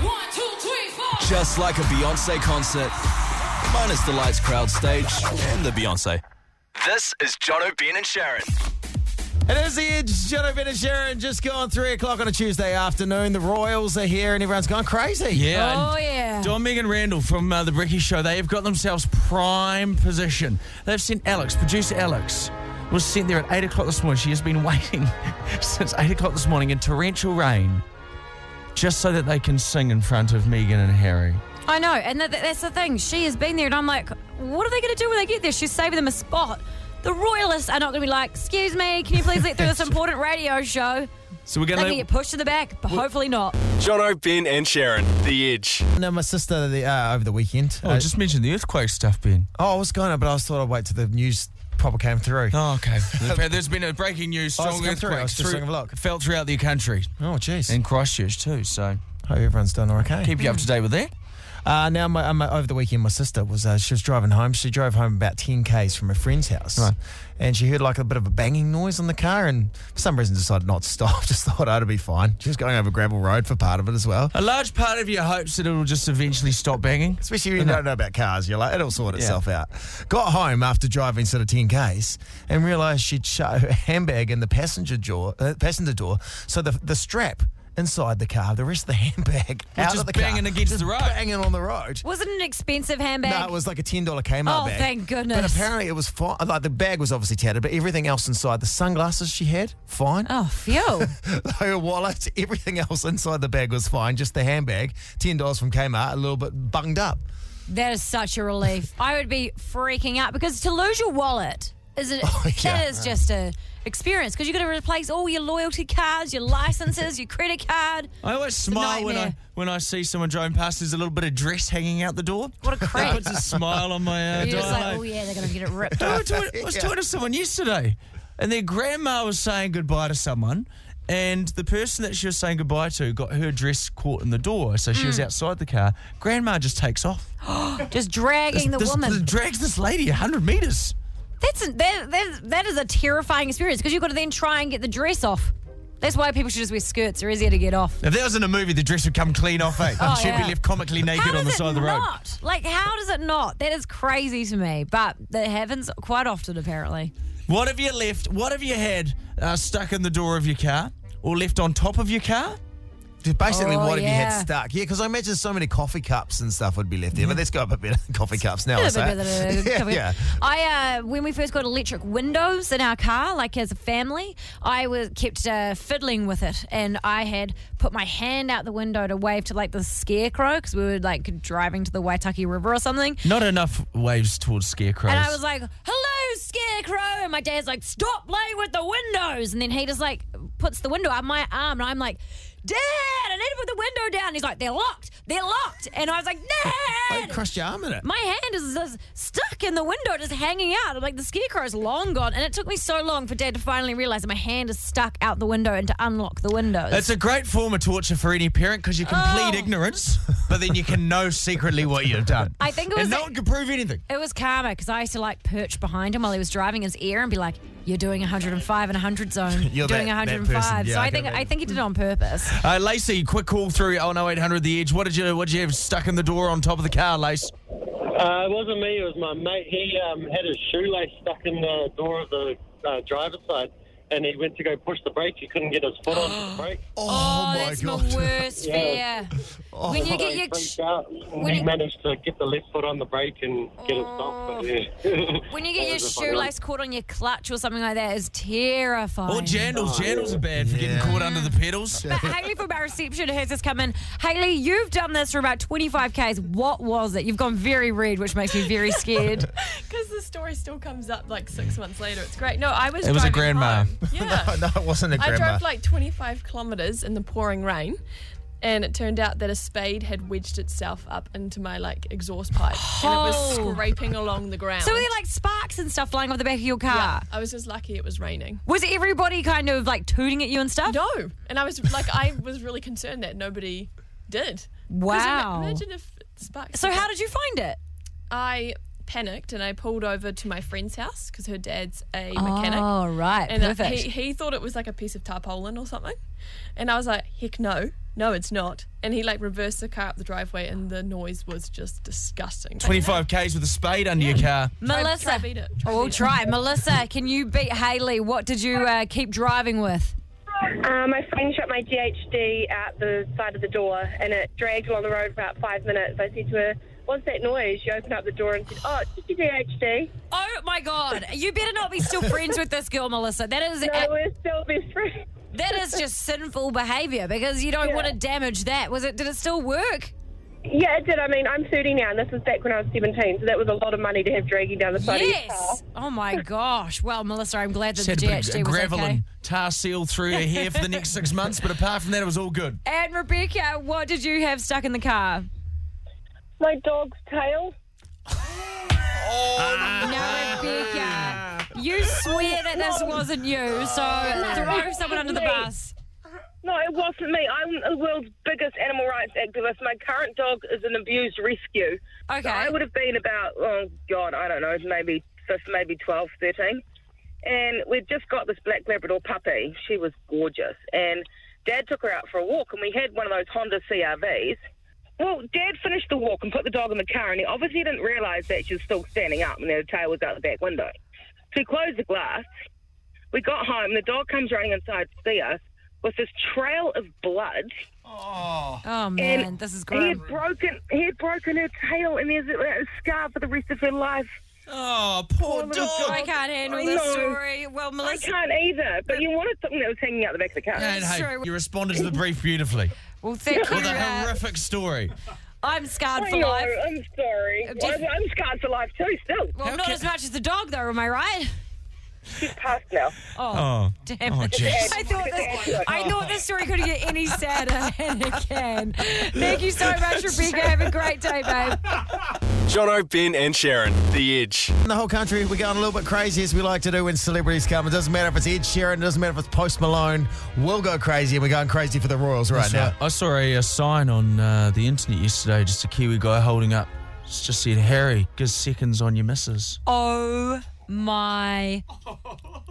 One, two, three, four. Just like a Beyonce concert. Minus the lights, crowd stage, and the Beyonce. This is Jono, Ben, and Sharon. It is the Edge, Jono Ben and Sharon, just gone three o'clock on a Tuesday afternoon. The Royals are here and everyone's gone crazy. Yeah. and Oh, yeah. Don, Megan Randall from uh, The Bricky Show, they have got themselves prime position. They've sent Alex, producer Alex, was sent there at 8 o'clock this morning. She has been waiting since 8 o'clock this morning in torrential rain just so that they can sing in front of Megan and Harry. I know, and that, that's the thing. She has been there, and I'm like, what are they going to do when they get there? She's saving them a spot. The royalists are not going to be like, excuse me, can you please let through this important radio show? So we're They going can get pushed to the back, but hopefully not. Jono, Ben, and Sharon. The Edge. No, my sister the, uh, over the weekend. Oh, uh, just mention the earthquake stuff, Ben. oh, I was going to, but I was thought I'd wait till the news proper came through. Oh, okay. There's been a breaking news Oh, it's strong come through. I earthquake was just having a look. felt throughout the country Oh, jeez. and Christchurch too. So Hope everyone's doing okay. keep you up to date with that. Uh, now, my, uh, my, over the weekend, my sister was uh, she was driving home. She drove home about ten k's from her friend's house, and she heard like a bit of a banging noise in the car, and for some reason decided not to stop. Just thought, oh, it'll be fine. She was going over gravel road for part of it as well. A large part of you hopes that it'll just eventually stop banging. Especially when you don't know about cars, you're like, it'll sort itself out. Got home after driving sort of ten k's and realised she'd shut her handbag in the passenger door, uh, passenger door, so the the strap. Inside the car, the rest of the handbag out just of the banging car, against just the road. banging on the road. Was it an expensive handbag? No, it was like a ten dollar Kmart Oh, bag. thank goodness. But apparently it was fine. Like the bag was obviously tattered, but everything else inside, the sunglasses she had, fine. Oh, phew. Her wallet, everything else inside the bag was fine. Just the handbag, ten dollars from Kmart, a little bit bunged up. that is such a relief. I would be freaking out because to lose your wallet is it, Oh, yeah. that is just a experience because you've got to replace all your loyalty cards, your licenses, your credit card. I always smile when I nightmare. when I see someone driving past. There's a little bit of dress hanging out the door. What a That creep. puts a smile on my uh, You're just like, dialogue. oh yeah, they're going to get it ripped I off. was talking- I was Yeah. talking to someone yesterday, and their grandma was saying goodbye to someone, and the person that she was saying goodbye to got her dress caught in the door, so she Mm. was outside the car. Grandma just takes off, Just dragging the This- woman. this drags this lady hundred meters. That's a, that, that, that is a terrifying experience because you've got to then try and get the dress off. That's why people should just wear skirts. They're easier to get off. If that was in a movie, the dress would come clean off, eh? Oh, She'd yeah. be left comically naked How on the does side it of the road. not? Like, how does it not? That is crazy to me. But that happens quite often, apparently. What have you left? What have you had uh, stuck in the door of your car or left on top of your car? Just basically, Oh, what have you yeah. had stuck? Yeah, because I imagine so many coffee cups and stuff would be left there. But let's go up a bit of coffee cups now. I Bit of say. a- bit of a- cover- yeah, yeah. I uh, when we first got electric windows in our car, like as a family, I was kept uh, fiddling with it, and I had put my hand out the window to wave to like the scarecrow because we were like driving to the Waitaki River or something, Not enough waves towards scarecrows. And I was like, hello, scarecrow. And my dad's like, stop playing with the windows. And then he just like puts the window up my arm. And I'm like, Dad, I need to put the window down. He's like, they're locked. They're locked. And I was like, Oh, you Dad. crushed your arm in it. My hand is just stuck in the window, just hanging out. I'm like, the scarecrow's long gone. And it took me so long for Dad to finally realize that my hand is stuck out the window and to unlock the windows. it's a great form of torture for any parent because you can plead Oh. ignorance, but then you can know secretly what you've done. I think it and was no a- one can prove anything. It was karma because I used to like perch behind him while he was driving his ear and be like, "You're doing 105 in a 100 zone. You're doing that- that 105." person. Yeah, so I Oh I can think I imagine. think he did it on purpose. Uh, Lacey, quick call through on 0800 The Edge. What did you what did you have stuck in the door on top of the car, Lace? Uh, it wasn't me. It was my mate. He um, had his shoelace stuck in the door of the uh, driver's side, and he went to go push the brake. He couldn't get his foot on the brake. Oh, Oh, my that's god. my Oh. worst Yeah. fear. When you So get he your freaked out. and when he you- Oh. managed to get the left foot on the brake and get it stopped. But yeah. when you get That your was a funny one. shoelace caught on your clutch or something like that is terrifying. Or jandals. Jandals are bad for getting Yeah. caught under the pedals. But Haley from our reception has just come in. Haley, you've done this for about 25 k's. What was it? You've gone very red, which makes me very scared. Because the story still comes up like six months later. It's great. No, I was. It was a driving grandma. home. Yeah. Oh, no, it wasn't a I grandma. drove like 25 kilometers in the pouring rain, and it turned out that a spade had wedged itself up into my like exhaust pipe, and it was Oh. scraping along the ground. so were there like ah. sparks and stuff flying off the back of your car? yeah, I was just lucky it was raining. Was everybody kind of like tooting at you and stuff? No, and I was like, I was really concerned that nobody did. 'Cause ima- Wow. Imagine if it sparks. So how did you find it? I panicked and I pulled over to my friend's house because her dad's a mechanic. Oh, right. And uh, Perfect. he, he thought it was like a piece of tarpaulin or something. And I was like, heck no, no, it's not. And he like reversed the car up the driveway, and the noise was just disgusting. 25 Ks with a spade under your car. Melissa. try beat it. Try oh, we'll beat it. try. Melissa, can you beat Haley? What did you uh, keep driving with? Uh, my friend shot my GHD out the side of the door and it dragged along the road for about five minutes. I said to her, What's that noise? She opened up the door and said, Oh, it's just your GHD. Oh my God! You better not be still friends with this girl, Melissa. That is No, we're still best friends. that is just sinful behaviour because you don't Yeah. want to damage that. Was it? Did it still work? Yeah, it did. I mean, I'm 30 now and this was back when I was 17, so that was a lot of money to have dragging down the side of your car. Yes. Oh my gosh. Well, Melissa, I'm glad that Just had the to put GHD was gravel okay. and tar seal through your hair for the next six months, but apart from that, it was all good. And Rebecca, what did you have stuck in the car? My dog's tail. No, Rebecca. You swear that this wasn't you, so throw someone under the me. bus. No, it wasn't me. I'm the world's biggest animal rights activist. My current dog is an abused rescue. So Okay. I would have been about, oh God, I don't know, maybe fifth, maybe 12, 13. And we'd just got this black Labrador puppy. She was gorgeous. And Dad took her out for a walk, and we had one of those Honda CRVs. Well, Dad finished the walk and put the dog in the car, and he obviously didn't realise that she was still standing up and her tail was out the back window. So he closed the glass. We got home, the dog comes running inside to see us with this trail of blood Oh man, this is he grim. had broken he had broken her tail and there's a, a scar for the rest of her life. Oh, poor dog. I can't handle I this know. story. Well, I Melissa, can't either. But you wanted something that was hanging out the back of the car. And That's hey, true. you responded to the brief beautifully well, thank you. with a uh, horrific story. I'm scarred I for know, life. Uh, I'm sorry. Did- I'm, I'm scarred for life too. Still, Well, not Okay. as much as the dog, though. Am I right? she's past now. Oh, Damn. oh, jeez. I thought this. I thought this story couldn't get any sadder, and it can. Thank you so much, Rebecca. Have a great day, babe. Jono, Ben, and Sharon, The Edge. In the whole country, we're going a little bit crazy as we like to do when celebrities come. It doesn't matter if it's Ed Sheeran, it doesn't matter if it's Post Malone. We'll go crazy, and we're going crazy for the Royals right now. I saw a, uh, sign on uh, the internet yesterday, just a Kiwi guy holding up. It's just said, Harry, give seconds on your missus. Oh my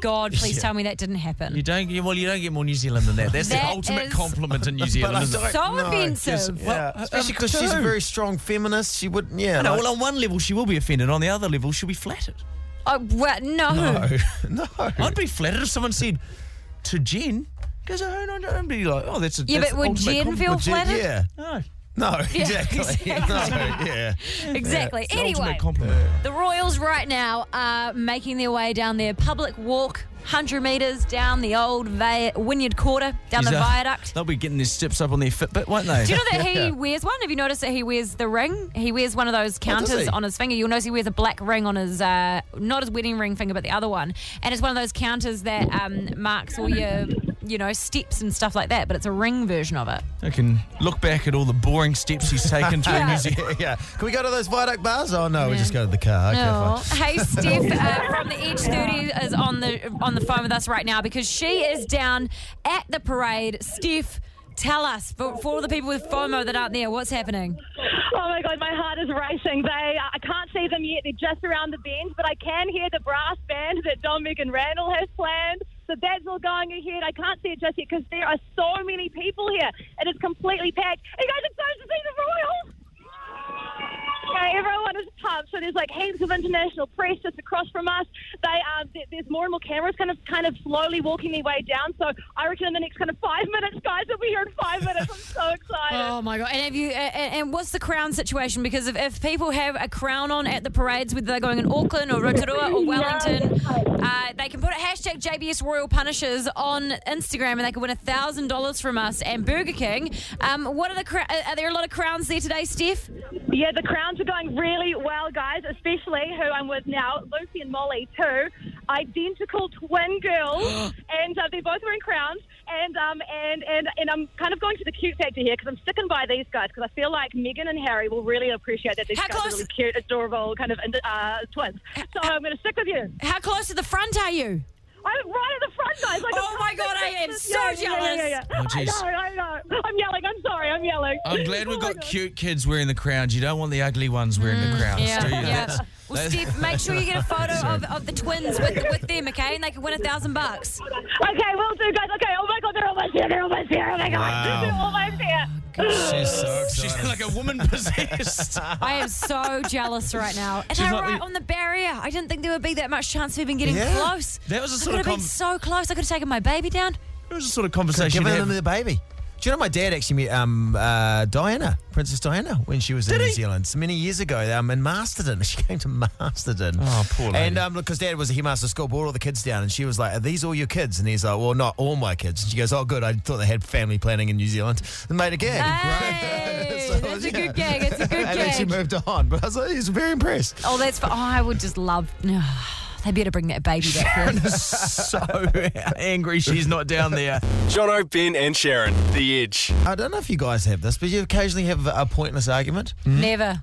God! Please tell me that didn't happen. You don't get, well, you don't get more New Zealand than that. That's That the ultimate is- compliment in New Zealand. isn't it? So Yes, offensive. yeah. Well, Especially of because she's a two. very strong feminist. She wouldn't, yeah. No, like- well, on one level, she will be offended. On the other level, she'll be flattered. Oh, well, no. no. Hmm. I'd be flattered if someone said to Jen, because I don't know, I'd be like, oh, that's a Yeah, that's but the would ultimate Jen feel compliment. flattered? Yeah. No. No, exactly. exactly. No, yeah. Exactly. It's the anyway, ultimate compliment. The Royals right now are making their way down their public walk, 100 metres down the old va- Wynyard Quarter, down the He's, uh, viaduct. They'll be getting their steps up on their Fitbit, won't they? Do you know that he wears one? Have you noticed that he wears the ring? He wears one of those counters he? on his finger. You'll notice he wears a black ring on his, uh, not his wedding ring finger, but the other one. And it's one of those counters that um, marks all your, you know, steps and stuff like that, but it's a ring version of it. I can look back at all the boring steps he's taken through New Zealand. yeah. yeah. Can we go to those viaduct bars? Oh, no, we Yeah. just go to the car. Okay, Oh. fine. Hey, Steph uh, from the Edge 30 is on the on the phone with us right now because she is down at the parade. Steph, tell us for, for all the people with FOMO that aren't there, what's happening? Oh my god, my heart is racing. They, I can't see them yet. They're just around the bend, but I can hear the brass band that Dominic and Randall has planned. So that's all going ahead. I can't see it just yet because there are so many people here. It is completely packed. You guys, I'm so to see the Royals. Okay, everyone is pumped. So there's like heaps of international press just across from us. They um, th- there's more and more cameras kind of kind of slowly walking their way down. So I reckon in the next kind of five minutes, guys, we'll be here in five minutes. I'm so excited. Oh my god! And have you? And, and what's the crown situation? Because if, if people have a crown on at the parades, whether they're going in Auckland or Rotorua or Wellington, uh, they can put a hashtag JBS Royal Punishers on Instagram, and they can win a thousand dollars from us and Burger King. Um, what are the? cra- Are there a lot of crowns there today, Steph? Yeah, the crowns are going really well, guys, especially who I'm with now, Lucy and Molly, two identical twin girls, and uh, they're both wearing crowns. And um and, and and I'm kind of going to the cute factor here because I'm sticking by these guys because I feel like Megan and Harry will really appreciate that these How guys close- are really cute, adorable, kind of uh, twins. So I'm going to stick with you. How close to the front are you? I'm right at the front, guys. Like, Oh I'm my God, I am this- so yeah, yeah, yeah, yeah, jealous. yeah. Oh, jeez. I know, I know. I'm yelling. I'm sorry. I'm yelling. I'm glad Oh we've my got God. cute kids wearing the crowns. You don't want the ugly ones wearing the crowns, do you? That's- Well, Steve, make sure you get a photo of, of the twins with, with them, okay? And they can win a thousand bucks. Okay, we'll do, guys. Okay. Oh my God, they're almost here. They're almost here. Oh my God, Wow. they're almost here. She's so She's excited. like a woman possessed. I am so jealous right now. And She's they're like right we- on the barrier. I didn't think there would be that much chance of even getting Yeah. close. That was a I sort could of have been so com- close. I could have taken my baby down. it was a sort of conversation. Giving you them have. the baby. Do you know my dad actually met um, uh, Diana, Princess Diana, when she was in New Zealand many years ago um, in Masterton? She came to Masterton. Oh, poor lady. And um, look, because dad was a headmaster of school, brought all the kids down, and she was like, Are these all your kids? And he's like, Well, not all my kids. And she goes, Oh, good. I thought they had family planning in New Zealand. And made a gig. Hey, So, that's a yeah. good gag. It's a good and then she gag. moved on. But I was like, He's very impressed. Oh, that's. fu- Oh, I would just love. they better bring that baby back. here. so angry she's not down there. Jono, Ben, and Sharon, The Edge. I don't know if you guys have this, but you occasionally have a pointless argument. Never.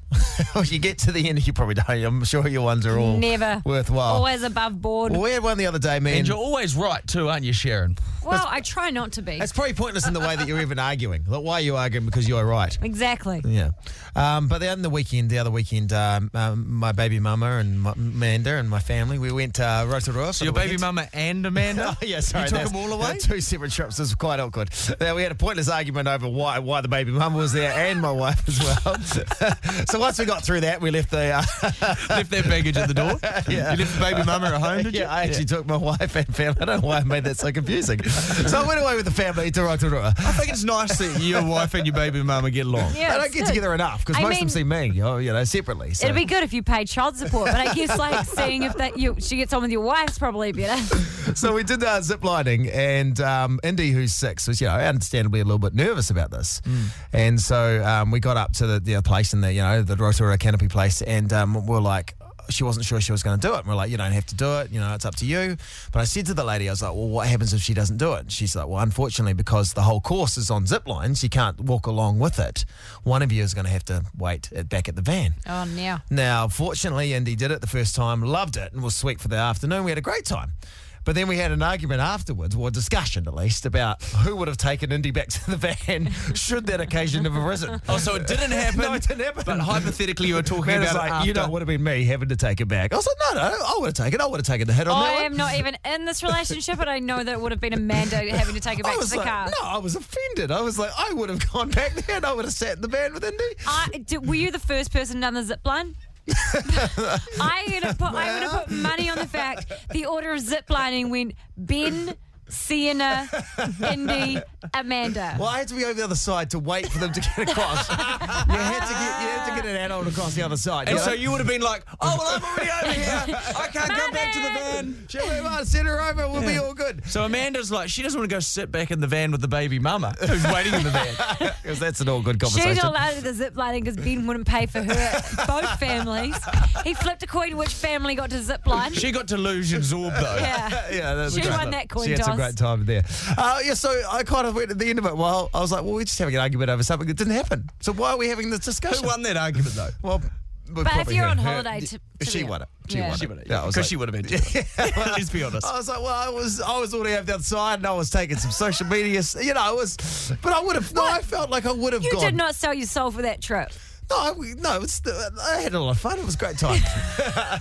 you get to the end, you probably don't. I'm sure your ones are all Never. worthwhile. Always above board. Well, we had one the other day, man. And you're always right too, aren't you, Sharon? Well, I try not to be. It's probably pointless in the way that you're even arguing. Like, why are you arguing? Because you're right. Exactly. Yeah. Um, but then the weekend, the other weekend, um, um, my baby mama and my, Amanda and my family, we went to uh, Rotorua. So your baby mama and Amanda. Oh, yeah, sorry. you took that's- them all away. uh, Two separate trips. This was quite awkward. Now, we had a pointless argument over why why the baby mum was there and my wife as well. so once we got through that, we left the. Uh, left their baggage at the door. You left the baby mama at home, did yeah, you? I actually took my wife and family. I don't know why I made that so confusing. so I went away with the family to Rotorua. I think it's nice that your wife and your baby mama get along. Yeah, I don't it's get good. together enough because I most mean- of them see me, you know, you know, separately. So. It'd be good if you paid child support, but I guess like seeing if that you she gets on with your wife's probably better. so we did uh, zip lining, and um, Indy, who's six, was you know understandably a little bit nervous about this, and so um, we got up to the, the place in the you know the Rotorua Canopy place, and um, we're like. She wasn't sure she was going to do it. And we're like, you don't have to do it. You know, it's up to you. But I said to the lady, I was like, well, what happens if she doesn't do it? And she's like, well, unfortunately, because the whole course is on zip lines, you can't walk along with it. One of you is going to have to wait at, back at the van. Oh no. Now, fortunately, Indy did it the first time, loved it, and was sweet for the afternoon. We had a great time. But then we had an argument afterwards, or a discussion at least, about who would have taken Indy back to the van should that occasion have arisen. Oh, so it didn't happen. No, it didn't happen. But hypothetically, you were talking Man, about it's it like, after. you know, it would have been me having to take it back. I was like, no, no, I would have taken it. I would have taken the hit on that I one. am not even in this relationship, but I know that it would have been Amanda having to take it I back to was the like, car. no, I was offended. I was like, I would have gone back there and I would have sat in the van with Indy. I, d were you the first person down the zip line? I am gonna put I'm gonna put money on the fact the order of zip lining went Ben, Sienna, Indy, Amanda. Well, I had to be over the other side to wait for them to get across. you had to get you had to get an adult across the other side. And you so know? you would have been like, oh, well, I'm already over here. I can't go back to the van. Shall we well, send her over? We'll be all good. So Amanda's like, she doesn't want to go sit back in the van with the baby mama who's waiting in the van. Because that's an all good She's conversation. not allowed to the zip lining because Ben wouldn't pay for her. Both families. He flipped a coin which family got to zip line. She got delusions orb, though. yeah. yeah, that's She great. won that coin She had toss. some great time there. Uh, yeah, so I kind of went at the end of it. Well, I was like, well, we're just having an argument over something that didn't happen. So why are we having this discussion? Who won that argument, though? Well, But if you're on holiday, to, to she the- won it. She Yeah. won it. She Yeah, I was Because like- she would have been. Let's be honest. I was like, well, I was, I was already over the other side, and I was taking some social media, s- you know, I was, but I would have, no, I felt like I would have You gone. did not sell your soul for that trip. No, I, no, it's, I had a lot of fun. It was a great time.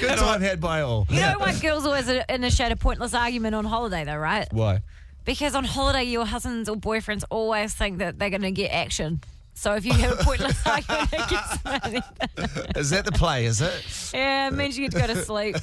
Good time had by all. You know why girls always initiate a pointless argument on holiday, though, right? Why? Because on holiday, your husbands or boyfriends always think that they're going to get action. So if you have a pointless argument against them, Is that the play? Is it? yeah, it means you get to go to sleep.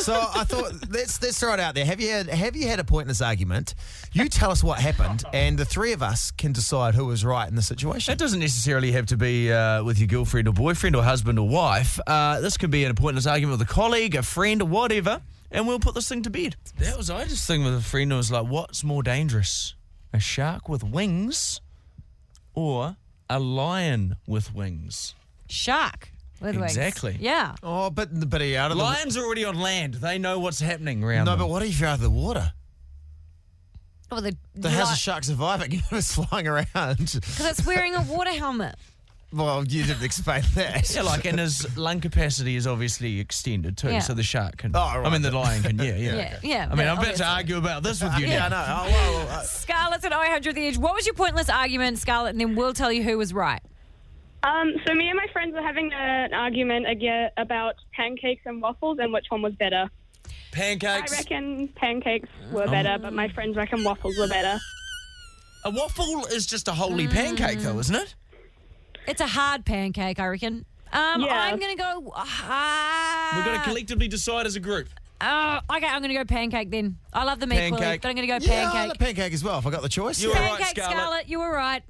So I thought let's let's throw it out there. Have you had have you had a pointless argument? You tell us what happened, and the three of us can decide who was right in the situation. That doesn't necessarily have to be uh, with your girlfriend or boyfriend or husband or wife. Uh, this could be an pointless argument with a colleague, a friend, or whatever, and we'll put this thing to bed. That was I just thing with a friend who was like, "What's more dangerous, a shark with wings, or a lion with wings?" Shark with wings. Exactly. Yeah. Oh, but but are you out of Lions are already on land; they know what's happening around the no? them. But what if you're out of the water? Well, the, The how's a shark surviving? It was flying around. Because it's wearing a water helmet. Well, you didn't explain that. Yeah, like, and his lung capacity is obviously extended too, Yeah. so the shark can. Oh, right. I mean, the lion can, yeah, yeah. Yeah, okay. yeah, yeah, I mean, I'm about obviously. to argue about this with you yeah, I now. know. Oh, well, uh, Scarlett's at 0800 The Edge. What was your pointless argument, Scarlett? And then we'll tell you who was right. Um, so me and my friends were having an argument again about pancakes and waffles and which one was better. I Pancakes. reckon pancakes were better, but my friends reckon waffles were better. A waffle is just a holy pancake, though, isn't it? It's a hard pancake, I reckon. Um, Yeah. I'm going to go. Uh, We've got to collectively decide as a group. uh, okay, I'm going to go pancake then. I love them equally, Pancake. but I'm going to go yeah, I like pancake. pancake as well. If I got the choice, You were yeah. right, Pancake, Scarlett. Scarlett, you were right.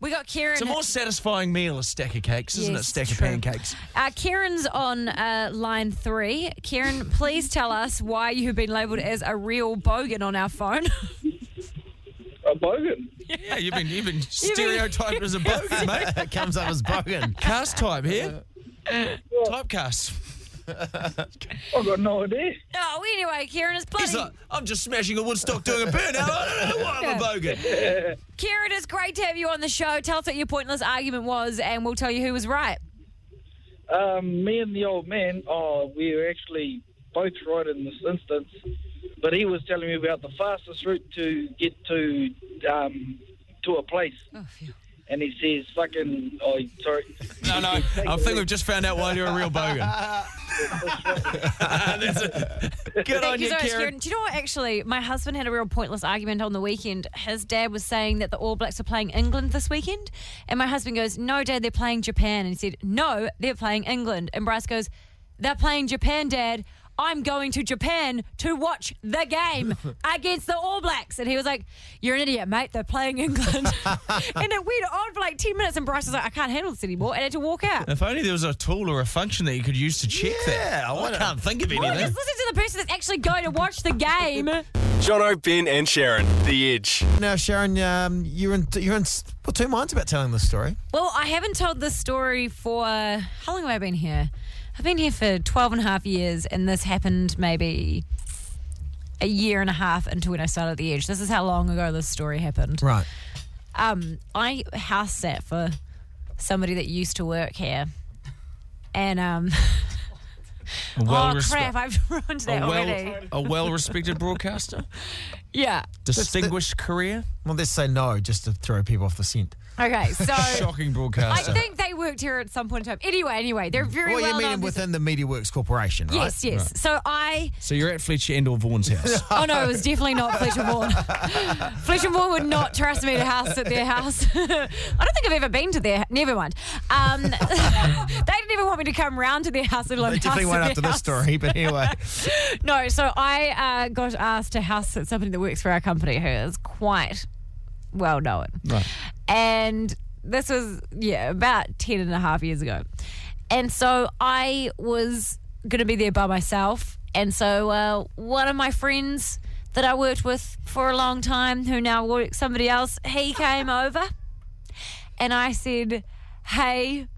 we got Kieran. It's a more satisfying meal, a stack of cakes, isn't Yes, it? Stack of true. pancakes. Uh, Kieran's on uh, line three. Kieran, please tell us why you have been labelled as a real bogan on our phone. A bogan. Yeah, you've been, you've been stereotyped as a bogan, mate. it comes up as bogan. Cast type here. Typecast. I've got no idea. oh, anyway, Kieran is He's bloody. like, I'm just smashing a Woodstock doing a burnout. I don't know why I'm a bogan. Kieran, it's great to have you on the show. Tell us what your pointless argument was, and we'll tell you who was right. Um, me and the old man, oh, we were actually both right in this instance, but he was telling me about the fastest route to get to um, to a place, and he says, "Fucking, oh, sorry." No, no. I think we've just found out why you're a real bogan. That's a- Good on Thank you you, so much, Kieran. Kieran. Do you know what? Actually, my husband had a real pointless argument on the weekend. His dad was saying that the All Blacks are playing England this weekend, and my husband goes, "No, Dad, they're playing Japan." And he said, "No, they're playing England." And Bryce goes, "They're playing Japan, Dad." I'm going to Japan to watch the game against the All Blacks. And he was like, You're an idiot, mate. They're playing England. and it went on for like 10 minutes. And Bryce was like, I can't handle this anymore. And had to walk out. If only there was a tool or a function that you could use to check that. Yeah, I I wanna- can't think of Well, anything. just listen to the person that's actually going to watch the game. Jono, Ben, and Sharon, The Edge. Now, Sharon, um, you're in you're in s- well, two minds about telling this story. Well, I haven't told this story for how long have I been here? I've been here for 12 and a half years, and this happened maybe a year and a half into when I started The Edge. This is how long ago this story happened. Right. Um, I house sat for somebody that used to work here, and um, oh respe- crap, I've ruined that a already. well, a well-respected broadcaster, Yeah. distinguished career, Well, let's say no, just to throw people off the scent. Okay, so. shocking I broadcaster. think they worked here at some point in time. Anyway, anyway, they're very well, well you mean known. within the Media Works Corporation, right? yes, yes. So I So you're at Fletcher Endor Vaughan's house. Oh no, it was definitely not Fletcher Vaughan. Fletcher Vaughan would not trust me to house at their house. I don't think I've ever been to their. Never mind. Um, they didn't even want me to come round to their house. Let alone They definitely house went at after their this house. story, but anyway. No, so I uh, got asked to house at somebody that works for our company who is quite well known. Right. And this was, yeah, about 10 and a half years ago. And so I was going to be there by myself. And so uh, one of my friends that I worked with for a long time, who now works somebody else, he came over and I said, hey,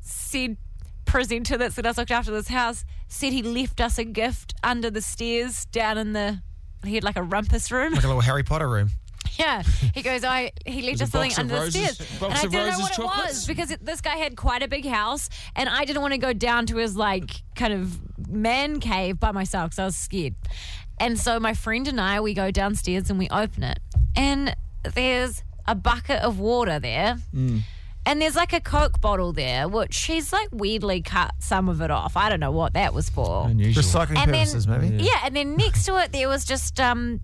said presenter that said us looked after this house said he left us a gift under the stairs down in the he had like a rumpus room. Like a little Harry Potter room. Yeah, he goes. I he left a us something box of under the roses- stairs, box and I didn't of know roses what it chocolates? was because it, this guy had quite a big house, and I didn't want to go down to his like kind of man cave by myself because I was scared. And so my friend and I we go downstairs and we open it, and there's a bucket of water there. Mm. And there's like a Coke bottle there, which she's like weirdly cut some of it off. I don't know what that was for. Unusual. Recycling And then- purposes, maybe. Yeah, and then next to it there was just um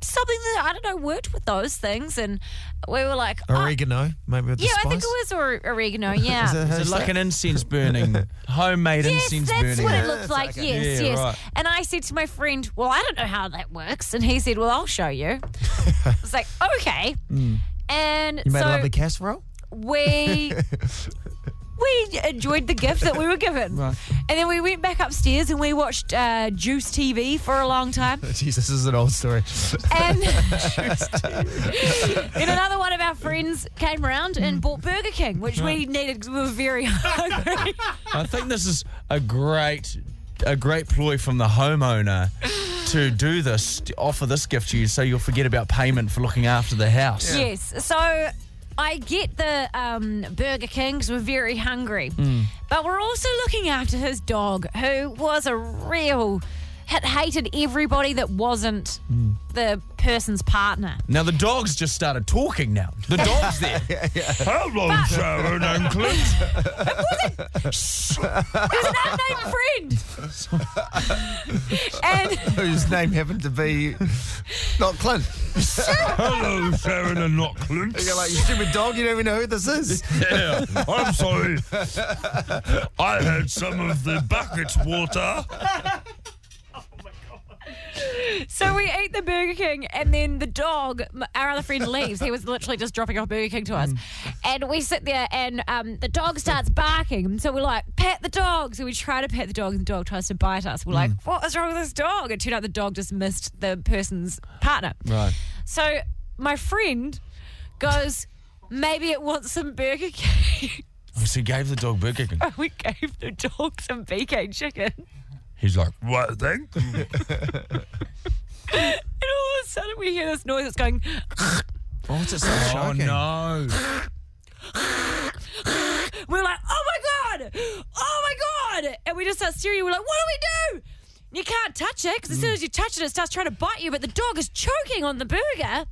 something that I don't know worked with those things, and we were like, oh, Oregano, maybe with the yeah, spice. I think it was or- oregano. Yeah, Is that how Is you it say like it? an incense burning, homemade Yes, incense that's burning? what Yeah. it looked like. Yes, Yeah, yes. right. And I said to my friend, "Well, I don't know how that works," and he said, "Well, I'll show you." I was like, "Okay." And Mm. You made so a lovely casserole? we we enjoyed the gift that we were given, and then we went back upstairs and we watched uh, Juice TV for a long time. Jesus, this is an old story. And then another one of our friends came round and bought Burger King, which we needed because we were very hungry. I think this is a great, a great ploy from the homeowner to do this, to offer this gift to you, so you'll forget about payment for looking after the house. Yes. So I get the um, Burger King 'cause we're very hungry, but we're also looking after his dog, who was a real had hated everybody that wasn't the person's partner. Now the dog's just started talking now. The dog's there. Hello, Sharon and Clint. It was an unnamed friend, and whose name happened to be not Clint. Hello, Sharon and not Clint. You're like, you stupid dog, you don't even know who this is. Yeah, I'm sorry. I had some of the bucket water. so we ate the Burger King, and then the dog, m- our other friend, leaves. He was literally just dropping off Burger King to us, and we sit there, and um, the dog starts barking. So we're like, pet the dog. So we try to pet the dog, and the dog tries to bite us. We're like, what is wrong with this dog? It turned out the dog just missed the person's partner. Right. So my friend goes, maybe it wants some Burger King. So he gave the dog Burger King. we gave the dog some BK chicken. He's like, what thing? And all of a sudden, we hear this noise that's going, Oh, it's just so Oh shocking. no. we're like, oh my God, oh my God. And we just start staring. We're like, what do we do? You can't touch it because as Mm. soon as you touch it, it starts trying to bite you, but the dog is choking on the burger.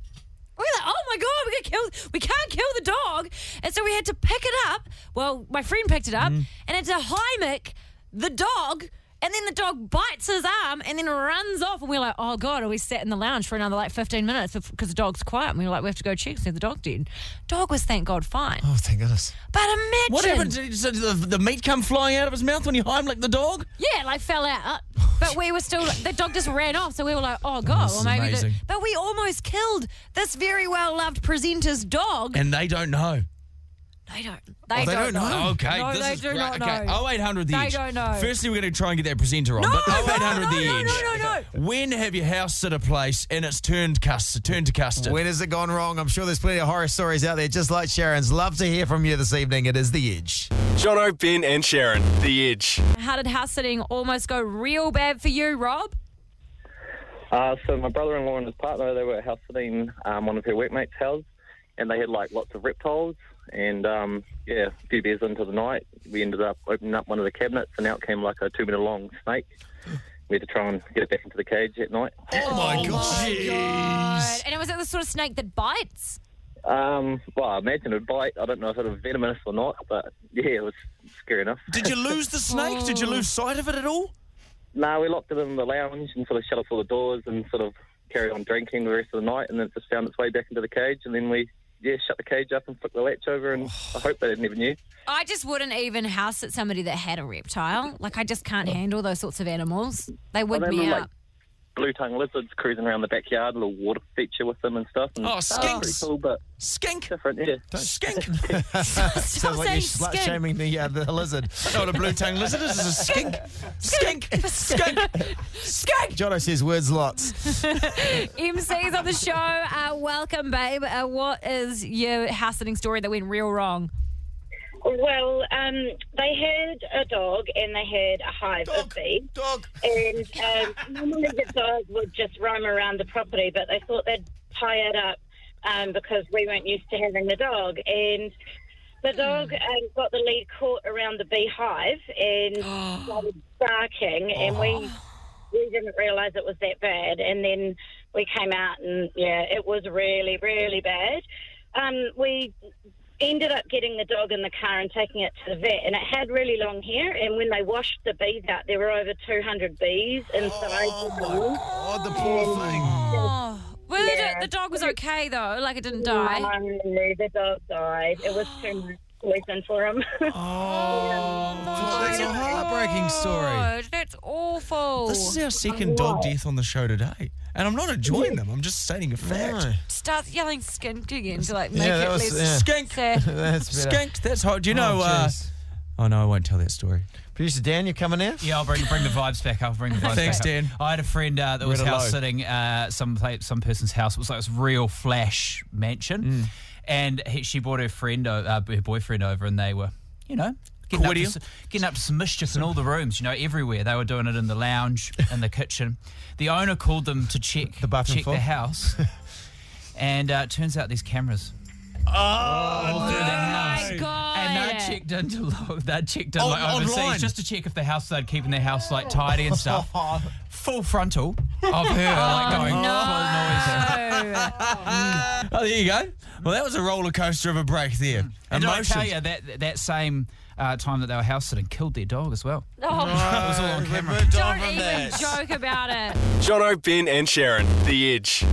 We're like, oh my God, we're gonna kill, we can't kill the dog. And so we had to pick it up. Well, my friend picked it Mm. up and had to Heimlich the dog. And then the dog bites his arm and then runs off. And we're like, oh God. And we sat in the lounge for another like 15 minutes because the dog's quiet. And we were like, we have to go check see if the dog did. Dog was, thank God, fine. Oh, thank goodness. But imagine. What happened? Did, did the, the meat come flying out of his mouth when he Heimlich the dog? Yeah, like fell out. But we were still, the dog just ran off. So we were like, oh God. This Well, is maybe the, amazing. but we almost killed this very well loved presenter's dog. And Oh, they don't know. they don't. They, they don't, don't know. know. Okay, No, this they is do great. not okay. Oh, know. 0800 the They edge. don't know. Firstly, we're going to try and get that presenter on. No, but no, 0800 no, the no, edge. no, no, no. When have you house at a place and it's turned custard? Turned to custard. When has it gone wrong? I'm sure there's plenty of horror stories out there just like Sharon's. Love to hear from you this evening. It is The Edge. Jono, Ben, and Sharon, The Edge. How did house sitting almost go real bad for you, Rob? Uh, so my brother-in-law and his partner, they were house sitting um, one of her workmates' house, and they had like lots of reptiles. And um, yeah, a few beers into the night, we ended up opening up one of the cabinets, and out came like a two-meter-long snake. We had to try and get it back into the cage at night. oh my my God. And it was like the sort of snake that bites. Um, well, I imagine it'd bite. I don't know if it was venomous or not, but yeah, it was scary enough. Did you lose the snake? Did Oh. you lose sight of it at all? No, we locked it in the lounge and sort of shut off all the doors and sort of carried on drinking the rest of the night, and then it just found its way back into the cage, and then we. Yeah, shut the cage up and flick the latch over, and I hope they never knew. I just wouldn't even house sit somebody that had a reptile. Like, I just can't handle those sorts of animals. They would they me look out. like blue tongue lizards cruising around the backyard, a little water feature with them and stuff. And Oh, skinks. Pretty cool, but Skink. different, yeah. Skink. Stop Sounds like saying you're slut skin. shaming the, uh, the lizard. Not a blue tongue lizard. This is a skink. Skink. Skink. Skink. Jono says words lots. MC's on the show. Uh, welcome, babe. Uh, what is your house sitting story that went real wrong? Well, um, they had a dog and they had a hive of bees. Dog. And um, normally the dog would just roam around the property, but they thought they'd pie it up um, because we weren't used to having the dog. And the dog Hmm. um, got the lead caught around the beehive and started barking, and we Oh. we didn't realise it was that bad. And then we came out, and yeah, it was really, really bad. Um, we ended up getting the dog in the car and taking it to the vet, and it had really long hair. And when they washed the bees out, there were over 200 bees inside. the dog. Oh, the poor thing. Oh, well, the do- Yeah. the, dog was okay though. Like it didn't No, die. the dog died. It was too much poison for him. That's a heartbreaking story. God, that's awful. This is our second dog death on the show today. And I'm not enjoying them. I'm just stating a fact. No. Starts yelling skink again to like make that it was- less. Skink. sad. That's better. Skink. That's hot. Do Oh, you know? uh, jeez. oh no, I won't tell that story. Producer Dan, you coming in? Yeah, I'll bring, bring the vibes back. I'll bring the vibes Thanks, back. Dan. I had a friend uh, that was Red house alone. sitting uh, some pla- some person's house. It was like this real flash mansion, Mm. and he, she brought her friend, o- uh, her boyfriend over, and they were, you know. Getting up, to, Cordial. s- getting up to some mischief in all the rooms, you know, everywhere. They were doing it in the lounge, in the kitchen. The owner called them to check The bathroom check floor? the house, and uh, it turns out there's cameras. all through the house. Oh, God. And they checked into lo- they checked in On- like overseas online? just to check if the house they'd keeping their house like tidy and stuff. Oh. Full frontal of her like going full noise. Oh, there you go. Well, that was a roller coaster of a break there. Mm. And did I tell Emotions. you that that same uh, time that they were house sitting killed their dog as well. Oh, It was all on camera. don't even joke about it. Jono, Ben, and Sharon, The Edge.